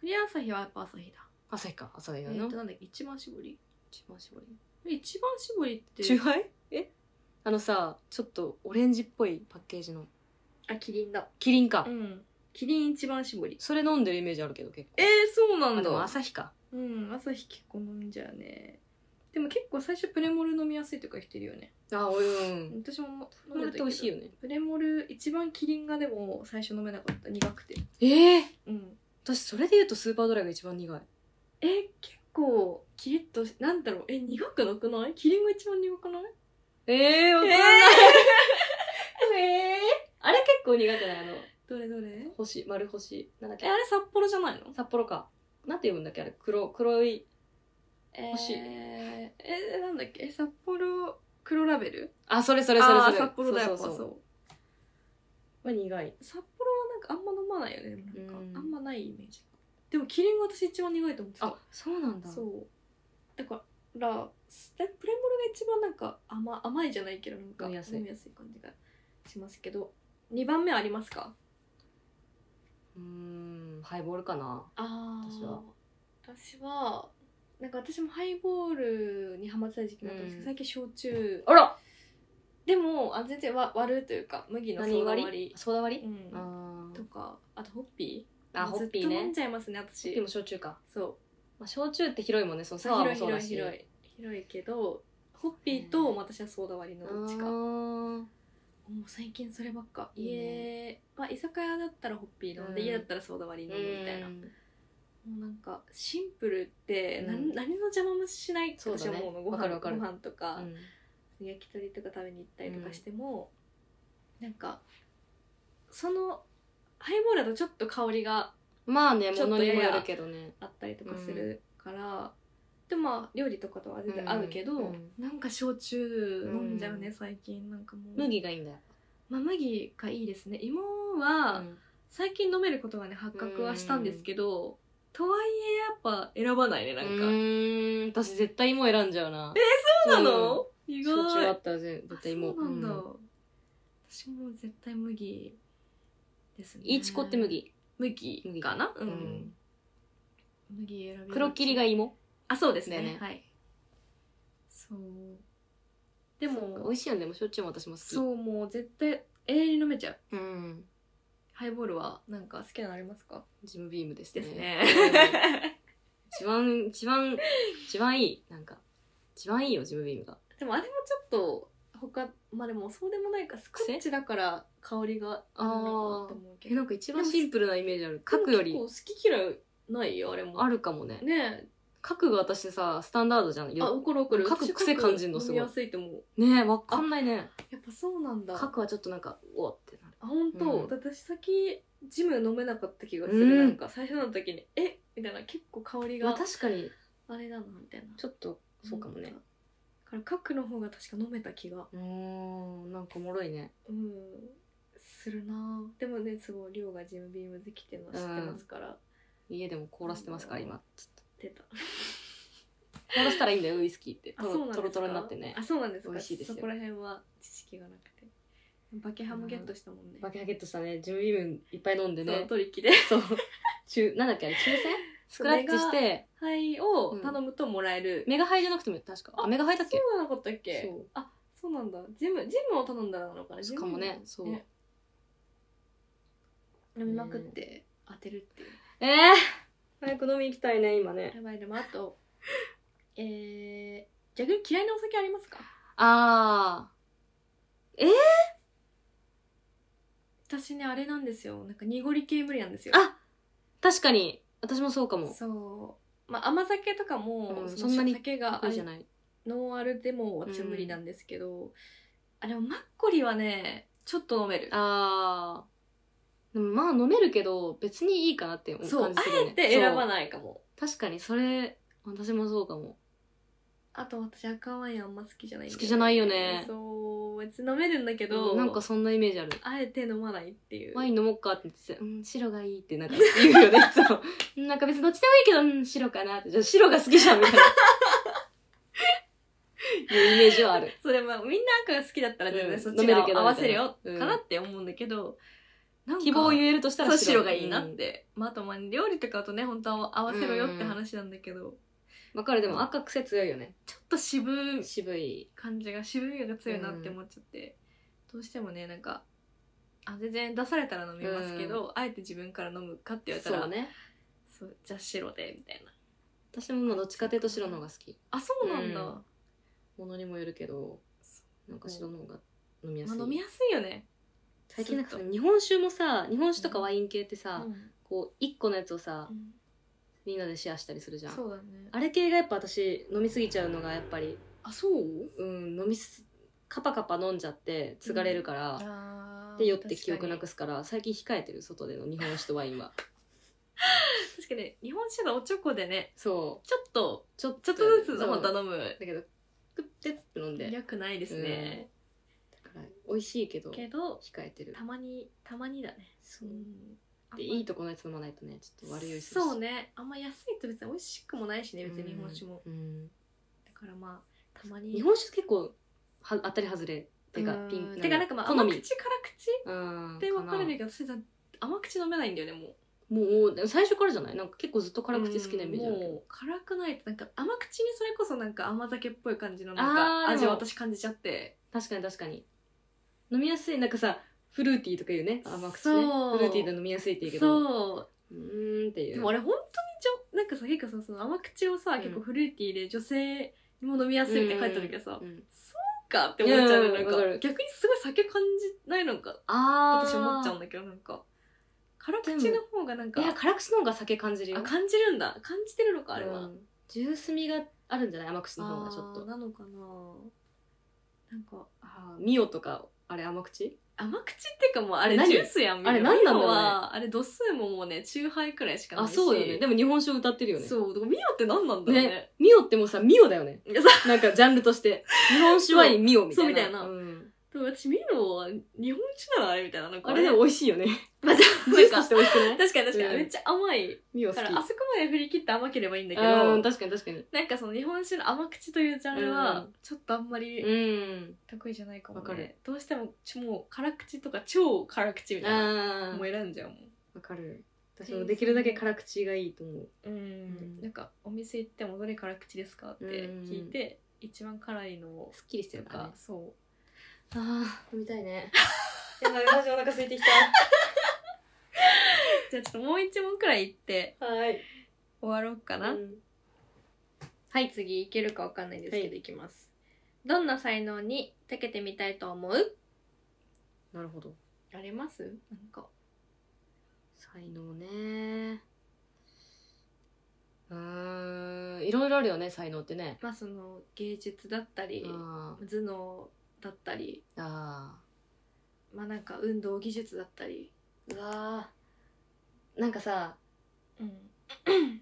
Speaker 1: クリア朝日はやっぱ朝日だ
Speaker 2: 朝日か朝日
Speaker 1: え
Speaker 2: な
Speaker 1: ー
Speaker 2: の
Speaker 1: となんだっけ一番絞り
Speaker 2: 一番絞り
Speaker 1: 一番絞りって
Speaker 2: 中杯えあのさちょっとオレンジっぽいパッケージの
Speaker 1: あキリンだ
Speaker 2: キリンか、
Speaker 1: うんキリン一番絞り
Speaker 2: それ飲んでるイメージあるけど結構
Speaker 1: えー、そうな
Speaker 2: あ
Speaker 1: ん
Speaker 2: でも
Speaker 1: だ
Speaker 2: 朝日か
Speaker 1: うん朝日結構飲んじゃうねでも結構最初プレモル飲みやすいとか言ってるよね
Speaker 2: あうん
Speaker 1: 私も
Speaker 2: これって美味しいよね
Speaker 1: プレモル一番キリンがでも最初飲めなかった苦くて
Speaker 2: ええー、
Speaker 1: うん
Speaker 2: 私それで言うとスーパードライが一番苦い
Speaker 1: え結構キリッとしなんだろうえ苦くなくないキリンが一番苦くない
Speaker 2: ええー、わかんない、えあれ結構苦くないあの
Speaker 1: どれどれ
Speaker 2: 星丸星なんだっ
Speaker 1: え
Speaker 2: け
Speaker 1: あれ札幌じゃないの
Speaker 2: 札幌かなんて読むんだっけあれ黒黒い
Speaker 1: えー、えなんだっけえ札幌黒ラベル
Speaker 2: あそれそ
Speaker 1: あ
Speaker 2: れそれそ
Speaker 1: ー
Speaker 2: れ
Speaker 1: 札幌だやっぱ
Speaker 2: そ
Speaker 1: そうう
Speaker 2: そうそうまあ苦い
Speaker 1: 札幌はなんかあんま飲まないよねでもなんか、
Speaker 2: うん
Speaker 1: あんまないイメージでもキリンが私一番苦いと思ってた
Speaker 2: あそうなんだ
Speaker 1: そうだからすでプレモルが一番なんか甘甘いじゃないけどなんか
Speaker 2: 飲みやすい
Speaker 1: 感じがしますけど2番目ありますか
Speaker 2: うーんハイボールかな
Speaker 1: あ
Speaker 2: 私は
Speaker 1: 私はなんか私もハイボールにハマってた時期もあったんですけど、
Speaker 2: う
Speaker 1: 最
Speaker 2: ん
Speaker 1: 近焼酎
Speaker 2: あら
Speaker 1: でもあ全然わ割るというか麦のソ
Speaker 2: 何
Speaker 1: ーダ
Speaker 2: 割
Speaker 1: 割り、
Speaker 2: ソーダ割
Speaker 1: う、
Speaker 2: り
Speaker 1: ん、
Speaker 2: あ
Speaker 1: とかあとホッピー
Speaker 2: ーあホッピー
Speaker 1: ずっと飲
Speaker 2: ね
Speaker 1: んじゃいますね
Speaker 2: ホッピー
Speaker 1: 私
Speaker 2: も焼酎か、
Speaker 1: そう
Speaker 2: まあ、焼酎って広いもんねそのサワー
Speaker 1: 広
Speaker 2: も
Speaker 1: い
Speaker 2: そうだ
Speaker 1: 広い
Speaker 2: し
Speaker 1: 広い広いけどホッピーと私はソーダ割りのどっちか
Speaker 2: あ
Speaker 1: も
Speaker 2: ー
Speaker 1: う最近そればっか
Speaker 2: いい
Speaker 1: 家、
Speaker 2: ね
Speaker 1: まあ居酒屋だったらホッピー飲んで、
Speaker 2: うん
Speaker 1: 家だったらソーダ割り飲むみたいな
Speaker 2: うん
Speaker 1: もうなんかシンプルって何,、
Speaker 2: うん
Speaker 1: 何の邪魔もしないって
Speaker 2: そうだ
Speaker 1: 私
Speaker 2: ね
Speaker 1: は思うの、ご
Speaker 2: わかる
Speaker 1: 飯
Speaker 2: わかる
Speaker 1: ご飯とか、
Speaker 2: うん
Speaker 1: 焼き鳥とか食べに行ったりとかしても、なんかそのハイボールだとちょっと香りが
Speaker 2: まあ
Speaker 1: ちょ
Speaker 2: ね
Speaker 1: っと
Speaker 2: 物にも
Speaker 1: やや
Speaker 2: よるけどね
Speaker 1: あったりとかするから、でまあ料理とかとは全然合うけど、
Speaker 2: うんうん
Speaker 1: なんか焼酎飲んじゃうね、
Speaker 2: うん
Speaker 1: 最近なんかもう
Speaker 2: 麦がいいんだよ、
Speaker 1: まあ、麦がいいですね芋は、
Speaker 2: うん
Speaker 1: 最近飲めることがね発覚はしたんですけど、とはいえやっぱ選ばないねなんか、
Speaker 2: うーん私絶対芋選んじゃうなえ
Speaker 1: そうなの、意
Speaker 2: 意
Speaker 1: 外
Speaker 2: 焼酎あったらぜ絶対芋
Speaker 1: あそうなんだ、
Speaker 2: うん
Speaker 1: 私も絶対麦ですね
Speaker 2: いちこって麦
Speaker 1: 麦かなうん、
Speaker 2: うん
Speaker 1: 麦選びがち
Speaker 2: 黒霧が芋
Speaker 1: あそうですね
Speaker 2: だよね
Speaker 1: はいそうで
Speaker 2: 美
Speaker 1: も
Speaker 2: 味しいよねでも焼酎も私も好き
Speaker 1: そうもう絶対永遠に飲めちゃう
Speaker 2: うん
Speaker 1: ハイボールはなんか好きなのありますか
Speaker 2: ジムビームですね
Speaker 1: ですね
Speaker 2: 一番一番一番いいなんか一番いいよジムビームが
Speaker 1: でもあれもちょっと他まあでもそうでもないかスコッチだから香りがあるのかなと思うけ
Speaker 2: え
Speaker 1: ど
Speaker 2: なんか一番シンプルなイメージある角より
Speaker 1: でも結構好き嫌いないよあれも
Speaker 2: あるかもね
Speaker 1: ねえ
Speaker 2: 角が私さスタンダードじゃん
Speaker 1: あ
Speaker 2: よ
Speaker 1: 怒る怒る
Speaker 2: 書く癖感じんのすごい
Speaker 1: 私書く飲みやすいと思う
Speaker 2: ねえわかんないね
Speaker 1: やっぱそうなんだあ
Speaker 2: 角はちょっとなんかうおってなる
Speaker 1: 本当、
Speaker 2: うん
Speaker 1: 私先ジム飲めなかった気がする、
Speaker 2: うん
Speaker 1: なんか最初の時にえみたいな結構香り
Speaker 2: まあ
Speaker 1: が
Speaker 2: 確かに
Speaker 1: あれだなみたいな
Speaker 2: ちょっとそうかもね
Speaker 1: だからカックの方が確か飲めた気が
Speaker 2: うーんなんかおもろいね
Speaker 1: うんするなぁでもねすごい量がジムビームできてるのは知ってますから、
Speaker 2: 家でも凍らせてますから今ちょっ
Speaker 1: 出た
Speaker 2: と凍らせたらいいんだよウイスキーって
Speaker 1: あ
Speaker 2: トロ
Speaker 1: そうなんです
Speaker 2: ト
Speaker 1: か
Speaker 2: ロトロになってね
Speaker 1: あそうなんですか
Speaker 2: 美味しいですよ
Speaker 1: そこら辺は知識がなくてバケハもゲットしたもんね、
Speaker 2: バケハゲットしたねジムビームいっぱい飲んで
Speaker 1: そう
Speaker 2: ね
Speaker 1: 取り木で
Speaker 2: そう中なんだっけあれ抽選スクラッチして
Speaker 1: 灰を頼むともらえる、
Speaker 2: メガハイじゃなくても確かあメガハイだっけ
Speaker 1: そうなのかったっけ
Speaker 2: そう
Speaker 1: あそうなんだジムジムを頼んだらなのかな
Speaker 2: しかもねそう
Speaker 1: ねジム飲みまくって当てるっていう、
Speaker 2: えー、早く飲み行きたいね今ね
Speaker 1: やばいでもあと えー、逆に嫌いなお酒ありますか
Speaker 2: あ
Speaker 1: 私ねあれなんですよなんか濁り系無理なんですよ
Speaker 2: あ確かに私もそうかも
Speaker 1: そうまあ甘酒とかも、
Speaker 2: うん
Speaker 1: そ
Speaker 2: そんなに
Speaker 1: 酒が
Speaker 2: 得意じゃない
Speaker 1: ノンアルでも私は無理なんですけど、あでもマッコリはねちょっと飲める
Speaker 2: あーでもまあ飲めるけど別にいいかなって感じする
Speaker 1: そう
Speaker 2: よ
Speaker 1: あ
Speaker 2: ね
Speaker 1: えて選ば
Speaker 2: い
Speaker 1: ないかも
Speaker 2: 確かにそれ私もそうかも
Speaker 1: あと私赤ワインあんま好きじゃないんだよね
Speaker 2: 好きじゃないよね
Speaker 1: そう別に飲めるんだけど、
Speaker 2: なんかそんなイメージある
Speaker 1: あえて飲まないっていう
Speaker 2: ワイン飲もうかって言ってて、うん、白がいいってなんか言うよね、いつ も。うんなんか別にどっちでもいいけど、うん、白かなって。じゃあ白が好きじゃん、み たいな。いうイメージはある。
Speaker 1: それまあみんな赤が好きだったら全
Speaker 2: う
Speaker 1: 然
Speaker 2: ん
Speaker 1: そっちが合わせるよ
Speaker 2: 飲めるけどみたいなうん
Speaker 1: かなって思うんだけど、なんか
Speaker 2: 希望を言えるとしたら
Speaker 1: そう白がいいなって、まああとまあ料理とかとね本当は合わせろよって話なんだけど、
Speaker 2: うんわかる、でも赤癖強いよね。
Speaker 1: ちょっと渋い
Speaker 2: 渋い。
Speaker 1: 感じが渋みが強いなって思っちゃって、どうしてもねなんかあ全然出されたら飲みますけど、あえて自分から飲むかって言われたら
Speaker 2: そうね。
Speaker 1: そうじゃあ白でみたいな
Speaker 2: 私もまあどっちかというと白の方が好き。
Speaker 1: あそうなんだ、
Speaker 2: うんものにもよるけど、なんか白の方が飲みやすい。
Speaker 1: まあ、飲みやすいよね
Speaker 2: 最近なんかさ
Speaker 1: ずっ
Speaker 2: 日本酒もさ、日本酒とかワイン系ってさ、
Speaker 1: と
Speaker 2: こう、一個のやつをさ
Speaker 1: う、ん
Speaker 2: みんなでシェアしたりするじゃん。
Speaker 1: そうだね
Speaker 2: あれ系がやっぱ私飲みすぎちゃうのがやっぱり、
Speaker 1: あそう
Speaker 2: うん、飲みすカパカパ飲んじゃって継がれるから、
Speaker 1: あー
Speaker 2: で酔って記憶なく
Speaker 1: 確
Speaker 2: すから最近控えてる外での日本酒とワイ ンは
Speaker 1: かに確かに日本酒のおちょこでね
Speaker 2: そう
Speaker 1: ちょっと
Speaker 2: ちょっ
Speaker 1: ちょっとずつ
Speaker 2: そう
Speaker 1: 本当は
Speaker 2: だ
Speaker 1: 飲む
Speaker 2: けどクッてって飲んでだ
Speaker 1: よくないですね、
Speaker 2: から美味しいけど控
Speaker 1: けど
Speaker 2: えてる
Speaker 1: たまにたまにだね
Speaker 2: そう
Speaker 1: うんあんま
Speaker 2: でいいとこのやつ飲まないとねちょっと悪酔いするし
Speaker 1: そうねあんま安いと別に美味しくもないしね別に日本酒も、
Speaker 2: うんうん
Speaker 1: だからまあたまに
Speaker 2: 日本酒結構は当たり外れてか
Speaker 1: うん
Speaker 2: ピン
Speaker 1: てかなんかまあ
Speaker 2: 好
Speaker 1: 甘
Speaker 2: み
Speaker 1: 口辛口
Speaker 2: うん
Speaker 1: って分かれる
Speaker 2: か
Speaker 1: けど私さ甘口飲めないんだよねもう
Speaker 2: なもうでも最初からじゃないなんか結構ずっと辛口好きなイメージあるけ
Speaker 1: うん
Speaker 2: ど
Speaker 1: もう辛くないとなんか甘口にそれこそなんか甘酒っぽい感じのなん
Speaker 2: あ
Speaker 1: か
Speaker 2: ーで
Speaker 1: 味を
Speaker 2: も
Speaker 1: 私感じちゃって
Speaker 2: 確かに確かに飲みやすいなんかさフルーティーとか言うね甘口ね
Speaker 1: そう
Speaker 2: フルーティーで飲みやすいって言うけどう
Speaker 1: そう
Speaker 2: ーんっていう
Speaker 1: でもあれ本当にちょなんかさ結構さその甘口をさ、
Speaker 2: うん
Speaker 1: 結構フルーティーで女性にも飲みやすいって書いた時はさ、
Speaker 2: うんうん
Speaker 1: かって思っちゃうね
Speaker 2: うん
Speaker 1: なんか
Speaker 2: わかる
Speaker 1: 逆にすごい酒感じないのか
Speaker 2: ああ
Speaker 1: 私思っちゃうん
Speaker 2: だ
Speaker 1: だけどなんか辛口の方がなんか
Speaker 2: いや辛口の方が酒感じるよ
Speaker 1: あ感じるんだ感じてるのかあれは、
Speaker 2: うんジュース味があるんじゃない甘口の方がちょっ
Speaker 1: あー
Speaker 2: と
Speaker 1: なのかななんか
Speaker 2: あーミオとかあれ甘口
Speaker 1: 甘口っていうかもうあれ
Speaker 2: 何
Speaker 1: ジュースやんみんな
Speaker 2: あれ何なんだろう
Speaker 1: ミ
Speaker 2: ね
Speaker 1: オはあれ度数ももうね中杯くらいしかない
Speaker 2: あ
Speaker 1: し
Speaker 2: そうよねでも日本酒を歌ってるよね
Speaker 1: そうだからミオって何なんだろうね
Speaker 2: ミオってもうさミオだよね
Speaker 1: いやさ
Speaker 2: なんかジャンルとして日本酒ワインミオみたいな
Speaker 1: そうそう
Speaker 2: うん
Speaker 1: でも私ミオは日本酒ならあれみたいななんか
Speaker 2: あれでも美味しいよね
Speaker 1: まあじゃあ
Speaker 2: ジュース
Speaker 1: なん
Speaker 2: と
Speaker 1: か
Speaker 2: して美味しくない
Speaker 1: 確かに確かに、
Speaker 2: うん
Speaker 1: めっちゃ甘い
Speaker 2: ミオ
Speaker 1: だ
Speaker 2: 好
Speaker 1: か
Speaker 2: き
Speaker 1: らあそこまで振り切って甘ければいいんだけど
Speaker 2: うん確かに確かに
Speaker 1: なんかその日本酒の甘口というジャンル
Speaker 2: う
Speaker 1: は
Speaker 2: ん
Speaker 1: ちょっとあんまり
Speaker 2: うん
Speaker 1: 得意じゃないかも
Speaker 2: わか
Speaker 1: ね
Speaker 2: る、
Speaker 1: どうしてもちもう辛口とか超辛口みたいな
Speaker 2: あ
Speaker 1: もう選んじゃうもん
Speaker 2: わかる私もできるだけ辛口がいいと思う
Speaker 1: うんなんかお店行ってもどれ辛口ですかって聞いて、一番辛いのを
Speaker 2: すっきりして
Speaker 1: と
Speaker 2: るから
Speaker 1: か
Speaker 2: ね
Speaker 1: そ
Speaker 2: あー飲みたいね
Speaker 1: う
Speaker 2: やばいマジお腹空いてき
Speaker 1: じゃあちょっともう一問くらい行って
Speaker 2: たはい
Speaker 1: 終わろうかな、
Speaker 2: うん
Speaker 1: はい次行けるかわかんないんですけど
Speaker 2: はい
Speaker 1: いきます、どんな才能に長けてみたいと思う
Speaker 2: なるほど
Speaker 1: ありますなんか
Speaker 2: 才能ねうーんいろいろあるよね才能ってね
Speaker 1: まあその芸術だったり
Speaker 2: あー
Speaker 1: 頭脳だったり
Speaker 2: あ
Speaker 1: まあなんか運動技術だったり
Speaker 2: ーうわーなんかさ
Speaker 1: うん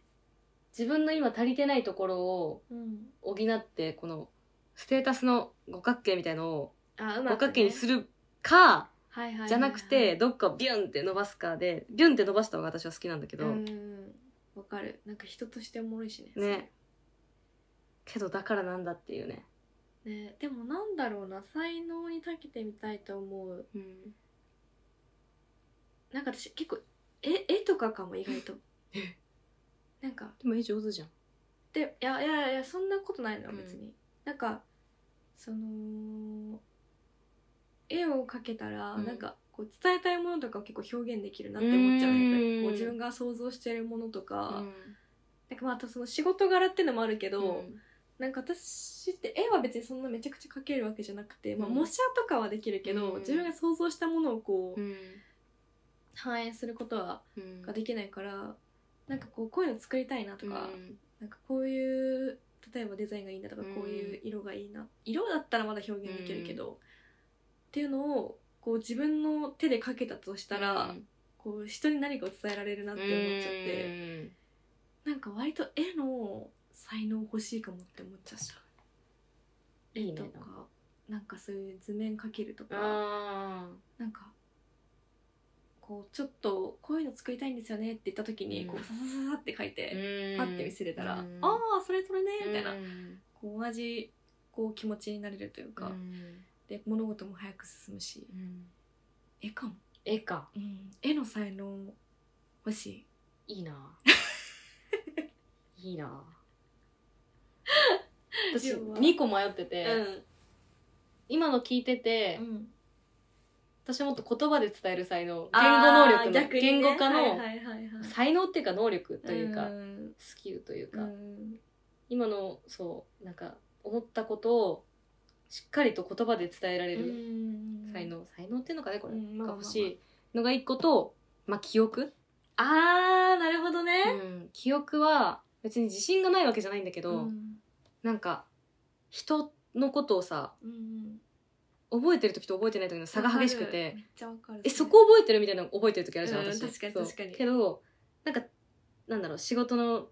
Speaker 2: 自分の今足りてないところを
Speaker 1: うん
Speaker 2: 補ってこのステータスの五角形みたいのを
Speaker 1: あうまく、ね、
Speaker 2: 五角形にするか
Speaker 1: はいはいはいはい
Speaker 2: じゃなくてどっかをビュンって伸ばすかでビュンって伸ばした方が私は好きなんだけど、
Speaker 1: うんわかるなんか人としておもろいしね
Speaker 2: ねけどだからなんだっていうね、
Speaker 1: それねでもなんだろうな才能に長けてみたいと思うなんか私結構絵絵とかかも意外と
Speaker 2: え
Speaker 1: なんか
Speaker 2: でも絵上手じゃん
Speaker 1: でいやいやいやそんなことないのよ
Speaker 2: うん
Speaker 1: 別に、なんかその絵を描けたら、
Speaker 2: うん
Speaker 1: なんかこう伝えたいものとかを結構表現できるなって思っちゃうの
Speaker 2: うん
Speaker 1: よやっぱりこう自分が想像してるものとか、
Speaker 2: うん
Speaker 1: なんかまああとその仕事柄っていうのもあるけど、
Speaker 2: うん
Speaker 1: なんか私って絵は別にそんなめちゃくちゃ描けるわけじゃなくて、まあ、
Speaker 2: うん
Speaker 1: 模写とかはできるけど、
Speaker 2: うん
Speaker 1: 自分が想像したものをこう、
Speaker 2: うん
Speaker 1: 反映することは
Speaker 2: うん
Speaker 1: ができないからなんかこうこういうの作りたいなとか、なんかこういう例えばデザインがいいなとか、
Speaker 2: うん
Speaker 1: こういう色がいいな色だったらまだ表現できるけど、っていうのをこう自分の手で描けたとしたら、
Speaker 2: うん
Speaker 1: こう人に何かを伝えられるなって思っちゃって、
Speaker 2: うん
Speaker 1: なんか割と絵の才能欲しいかもって思っちゃった。
Speaker 2: いい
Speaker 1: と
Speaker 2: ね
Speaker 1: かなんかそういう図面描けるとか
Speaker 2: あ
Speaker 1: なんかこうちょっとこういうの作りたいんですよねって言った時に
Speaker 2: うん
Speaker 1: こうささささって書いて
Speaker 2: ー
Speaker 1: パッて見せれたら
Speaker 2: う
Speaker 1: あ
Speaker 2: ん
Speaker 1: あーそれそれねみたいな
Speaker 2: うん
Speaker 1: こう同じこう気持ちになれるというか
Speaker 2: うん
Speaker 1: で物事も早く進むし
Speaker 2: うん
Speaker 1: 絵かも、
Speaker 2: 絵か
Speaker 1: うん、絵の才能欲しい
Speaker 2: いい ないいな私
Speaker 1: 要は
Speaker 2: 2個迷ってて、
Speaker 1: うん
Speaker 2: 今の聞いてて、
Speaker 1: うん
Speaker 2: 私もっと言葉で伝える才能言語能
Speaker 1: あ
Speaker 2: 力
Speaker 1: ー
Speaker 2: の、
Speaker 1: 逆にね
Speaker 2: 言語化
Speaker 1: はいは
Speaker 2: の
Speaker 1: いはいはい
Speaker 2: 才能っていうか能力というか、
Speaker 1: ん
Speaker 2: スキルという
Speaker 1: う
Speaker 2: か、
Speaker 1: ん
Speaker 2: 今のそうなんか思ったことをしっかりと言葉で伝えられ
Speaker 1: う
Speaker 2: る
Speaker 1: ん
Speaker 2: 才能、才能っていうのかねこれ、
Speaker 1: うんまあまあ
Speaker 2: が
Speaker 1: まあ
Speaker 2: 欲しいのが一個と、まあ、記憶、
Speaker 1: あーなるほどね、
Speaker 2: うん記憶は別に自信がないわけじゃないんだけど、
Speaker 1: ん
Speaker 2: なんか人のことをさ
Speaker 1: うん
Speaker 2: 覚えてる時と覚えてない時の差が激しくて
Speaker 1: めっちゃわかる
Speaker 2: えそこ覚えてるみたいなの覚えてる時あるじゃん、
Speaker 1: うん
Speaker 2: 私
Speaker 1: 確かに
Speaker 2: そう
Speaker 1: 確かに
Speaker 2: けどなんかなんだろう仕事の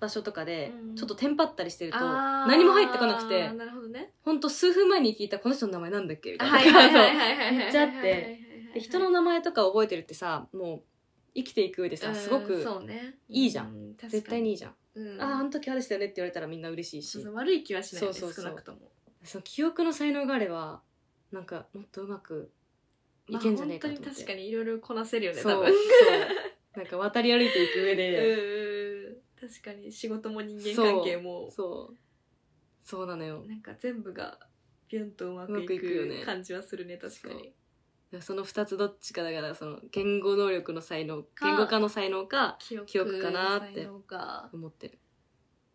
Speaker 2: 場所とかで
Speaker 1: うん
Speaker 2: ちょっとテンパったりしてると、
Speaker 1: あー
Speaker 2: 何も入ってこなくて
Speaker 1: なるほどね
Speaker 2: ほんと数分前に聞いたこの人の名前なんだっけみたいな、そう
Speaker 1: はいはい
Speaker 2: めっちゃあってで人の名前とか覚えてるってさもう生きていく上でさすごくいいじゃん
Speaker 1: ん
Speaker 2: 絶対にいいじゃん、
Speaker 1: うん
Speaker 2: あああの時あれしたよねって言われたらみんな嬉しいし
Speaker 1: そうそう悪い気はしないよね
Speaker 2: そうそうそう
Speaker 1: 少なくとも
Speaker 2: その記憶の才能があればなんかもっとうまくいけんじゃねえかと思って、
Speaker 1: まあ本当に確かにいろいろこなせるよね
Speaker 2: そう
Speaker 1: 多
Speaker 2: そう
Speaker 1: 分
Speaker 2: なんか渡り歩いていく上
Speaker 1: う
Speaker 2: で、
Speaker 1: ん確かに仕事も人間関係も
Speaker 2: そうそうなのよ
Speaker 1: なんか全部がビュンとうまくいう
Speaker 2: まくいくよね
Speaker 1: く感じはするね確かに
Speaker 2: その2つどっちかだからその言語能力の才能
Speaker 1: か
Speaker 2: 言語化の才能か
Speaker 1: 記憶
Speaker 2: 記憶かなって
Speaker 1: 才能か
Speaker 2: 思ってる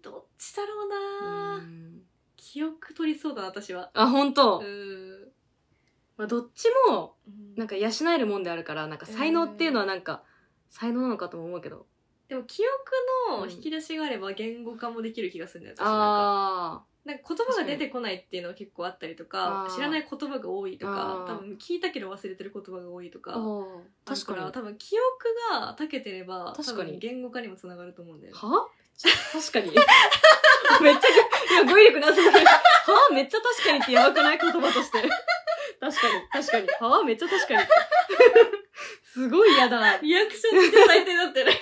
Speaker 1: どっちだろう
Speaker 2: う
Speaker 1: なん記憶取りそうだな私は
Speaker 2: あ本当、
Speaker 1: うん
Speaker 2: まあ、どっちもなんか養えるもんであるからなんか才能っていうのはなんか才能なのかとも思うけど
Speaker 1: でも記憶の引き出しがあれば言語化もできる気がするんだよ、私なんか
Speaker 2: あ
Speaker 1: なんか言葉が出てこないっていうのは結構あったりとか
Speaker 2: あー
Speaker 1: 知らない言葉が多いとか
Speaker 2: あー
Speaker 1: 多分聞いたけど忘れてる言葉が多いと
Speaker 2: ー
Speaker 1: か
Speaker 2: あー確
Speaker 1: ある
Speaker 2: からに
Speaker 1: 多分記憶が長けてれば
Speaker 2: 確か
Speaker 1: 多
Speaker 2: に
Speaker 1: 分言語化にもつながると思うんだよね
Speaker 2: は確かに。 めっちゃ、いや、語彙力なさい。はめっちゃ確かにってやばくない言葉として。確かに、確かに。はめっちゃ確かにって。すごい嫌だ。
Speaker 1: リアクションって最低だった よね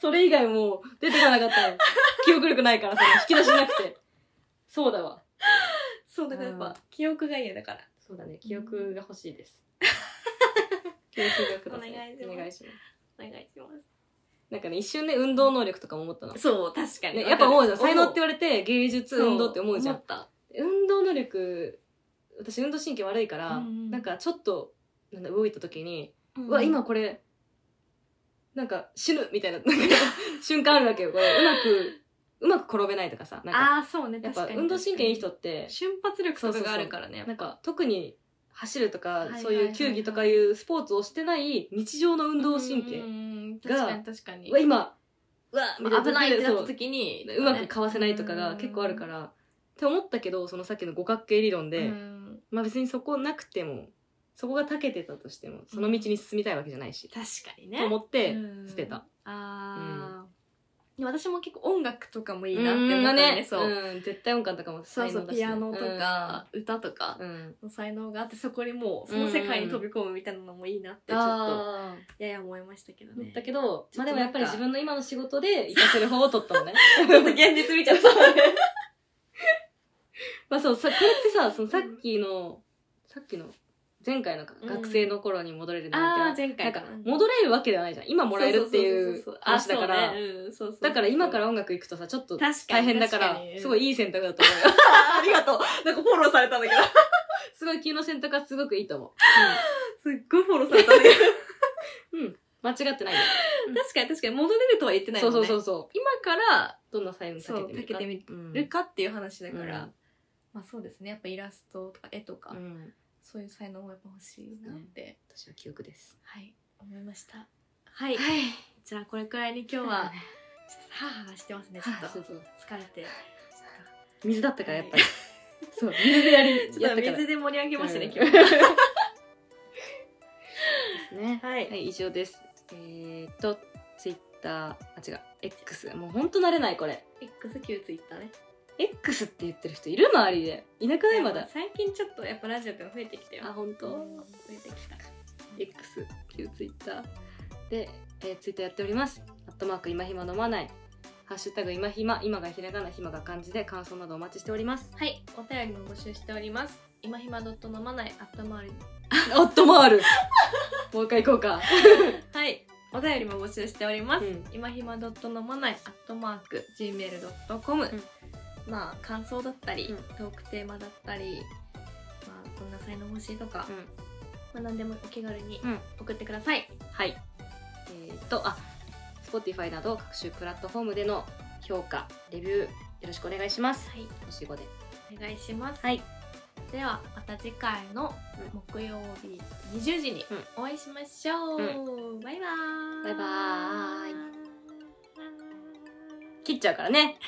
Speaker 2: それ以外もう出てこなか ったよ。記憶力ないから、それ引き出しなくて。そうだわ。
Speaker 1: そうだからやっ
Speaker 2: うん
Speaker 1: ぱ記憶が嫌だから
Speaker 2: そうだね、記憶が欲しいです。 記憶がください。
Speaker 1: お願いします
Speaker 2: お願いしま
Speaker 1: お願いします
Speaker 2: なんかね、一瞬ね、運動能力とかも思ったの。
Speaker 1: そう確かに、
Speaker 2: ね、やっぱ思うじゃ
Speaker 1: わ
Speaker 2: ん。
Speaker 1: かる
Speaker 2: 才能って言われて、芸術、運動って思うじゃん
Speaker 1: そ。思っ
Speaker 2: 運動能力私運動神経悪いから、
Speaker 1: うんうん
Speaker 2: なんかちょっとなんだ動いた時に、
Speaker 1: た
Speaker 2: うわ今これなんか死ぬみたいな なんか瞬間あるわけよこれうまくうまく転べないとかさなんか
Speaker 1: ああーそうね
Speaker 2: や
Speaker 1: 確
Speaker 2: っぱ
Speaker 1: かに
Speaker 2: 運動神経いい人って
Speaker 1: 瞬発力とかがあるからねや
Speaker 2: な
Speaker 1: っ
Speaker 2: んか
Speaker 1: ぱ
Speaker 2: 特に走るとか
Speaker 1: いはいはい
Speaker 2: そういう球技とかいうスポーツをしてない日常の運動神経
Speaker 1: う
Speaker 2: うんが
Speaker 1: 確かに確かに
Speaker 2: わ今うわみた
Speaker 1: 危ないってなっ
Speaker 2: そう
Speaker 1: た時に
Speaker 2: うまくかわせないとかが結構あるから、って思ったけどそのさっきの五角形理論で、
Speaker 1: うん
Speaker 2: まあ別にそこなくてもそこが長けてたとしてもその道に進みたいわけじゃないし、
Speaker 1: 確かにね
Speaker 2: と思って
Speaker 1: うん
Speaker 2: 捨てた
Speaker 1: あーでも私も結構音楽とかもいいなって思ったんで、
Speaker 2: ね
Speaker 1: ね、そう、
Speaker 2: うん、絶対音感とかも
Speaker 1: そうそう
Speaker 2: 才能だし
Speaker 1: ピアノとか、歌とか
Speaker 2: うん、うん
Speaker 1: の才能があってそこにもうその世界に飛び込むみたいなのもいいなってちょっと
Speaker 2: あー
Speaker 1: やや思いましたけど
Speaker 2: 思
Speaker 1: ね
Speaker 2: ったけ
Speaker 1: ど
Speaker 2: ど、
Speaker 1: ちょ
Speaker 2: ま
Speaker 1: っとなんか
Speaker 2: あでもやっぱり自分の今の仕事で活かせる方を取ったのね。
Speaker 1: 現実見ちゃった
Speaker 2: まあそう、さ、これってさ、そのさっきの、さっきの、前回のか
Speaker 1: うん
Speaker 2: 学生の頃に戻れる
Speaker 1: あ
Speaker 2: なん
Speaker 1: ー
Speaker 2: て、
Speaker 1: 前
Speaker 2: なん
Speaker 1: 回
Speaker 2: か戻れるわけではないじゃん。今もらえるっていう
Speaker 1: そうそうそうそうあ
Speaker 2: 話だから、
Speaker 1: そうねうんそうそうそう
Speaker 2: だから今から音楽行くとさ、ちょっと
Speaker 1: 確か
Speaker 2: 大
Speaker 1: に
Speaker 2: 変だから
Speaker 1: 確、に
Speaker 2: すごいいい選択だと思うよ。
Speaker 1: ありがとう。なんかフォローされたんだけど。
Speaker 2: すごい君の選択はすごくいいと思 う。
Speaker 1: すっごいフォローされたんだけど。
Speaker 2: 間違ってないよ。
Speaker 1: 確かに確かに戻れるとは言ってない
Speaker 2: そ
Speaker 1: も
Speaker 2: うんそう
Speaker 1: ね。
Speaker 2: そうそう。
Speaker 1: 今から
Speaker 2: どんな才能避けてみるか。
Speaker 1: そう避けてみ
Speaker 2: る
Speaker 1: るかっていう話だから、
Speaker 2: うん
Speaker 1: まあそうですね。やっぱイラストとか絵とか、
Speaker 2: うん。うん
Speaker 1: そういう才能もやっぱ欲しいなって、
Speaker 2: 私は記憶です。
Speaker 1: はい、思いました。はい。
Speaker 2: い。
Speaker 1: じゃあこれくらいに今日は、ちょっとハーハーしてますね。ちょ
Speaker 2: はあ
Speaker 1: っ
Speaker 2: そ
Speaker 1: と
Speaker 2: うそう
Speaker 1: 疲れて。ちょ
Speaker 2: 水だったからやっ ぱり。そう、水でやり、
Speaker 1: っと
Speaker 2: や
Speaker 1: ちょ
Speaker 2: っ
Speaker 1: ったと
Speaker 2: から。
Speaker 1: 水で盛り上げましたね、今
Speaker 2: うん
Speaker 1: 日。
Speaker 2: ですね。
Speaker 1: はい
Speaker 2: はい、以上です。えーっと、ツイッター、あ、違う、X。もうほんと慣れない、これ。
Speaker 1: XQ ツイッターね。
Speaker 2: X って言ってる人いる周りで。いなくないまだ。
Speaker 1: 最近ちょっとやっぱラジオっての増えてきたよ。
Speaker 2: あ、ほん
Speaker 1: う
Speaker 2: と
Speaker 1: ん増えてきた。
Speaker 2: X、旧 Twitter で、えー、Twitter やっております。アットマーク今暇飲まない。ハッシュタグ今暇、今がひらがな、暇が漢字で感想などお待ちしております。
Speaker 1: はい、お便りも募集しております。今暇ドット飲まない あったまわり。
Speaker 2: アットマール もう一回行こうか。
Speaker 1: はい、お便りも募集しております。
Speaker 2: うん
Speaker 1: 今暇ドット飲まないアットマーク gmail ドットコム。まあ感想だったり、
Speaker 2: うん
Speaker 1: トークテーマだったり、まあこんな才能欲しいとか、
Speaker 2: うん
Speaker 1: まあ何でもお気軽に
Speaker 2: うん
Speaker 1: 送ってください。
Speaker 2: はい。えーっと、あ、Spotify など各種プラットフォームでの評価、レビュー、よろしくお願いします。
Speaker 1: はい、
Speaker 2: 星5で。
Speaker 1: お願いします。
Speaker 2: はい。
Speaker 1: ではまた次回の木曜日20時にお会いしましょう。バイバーイ。
Speaker 2: バイバーイ
Speaker 1: イ。
Speaker 2: 切っちゃうからね。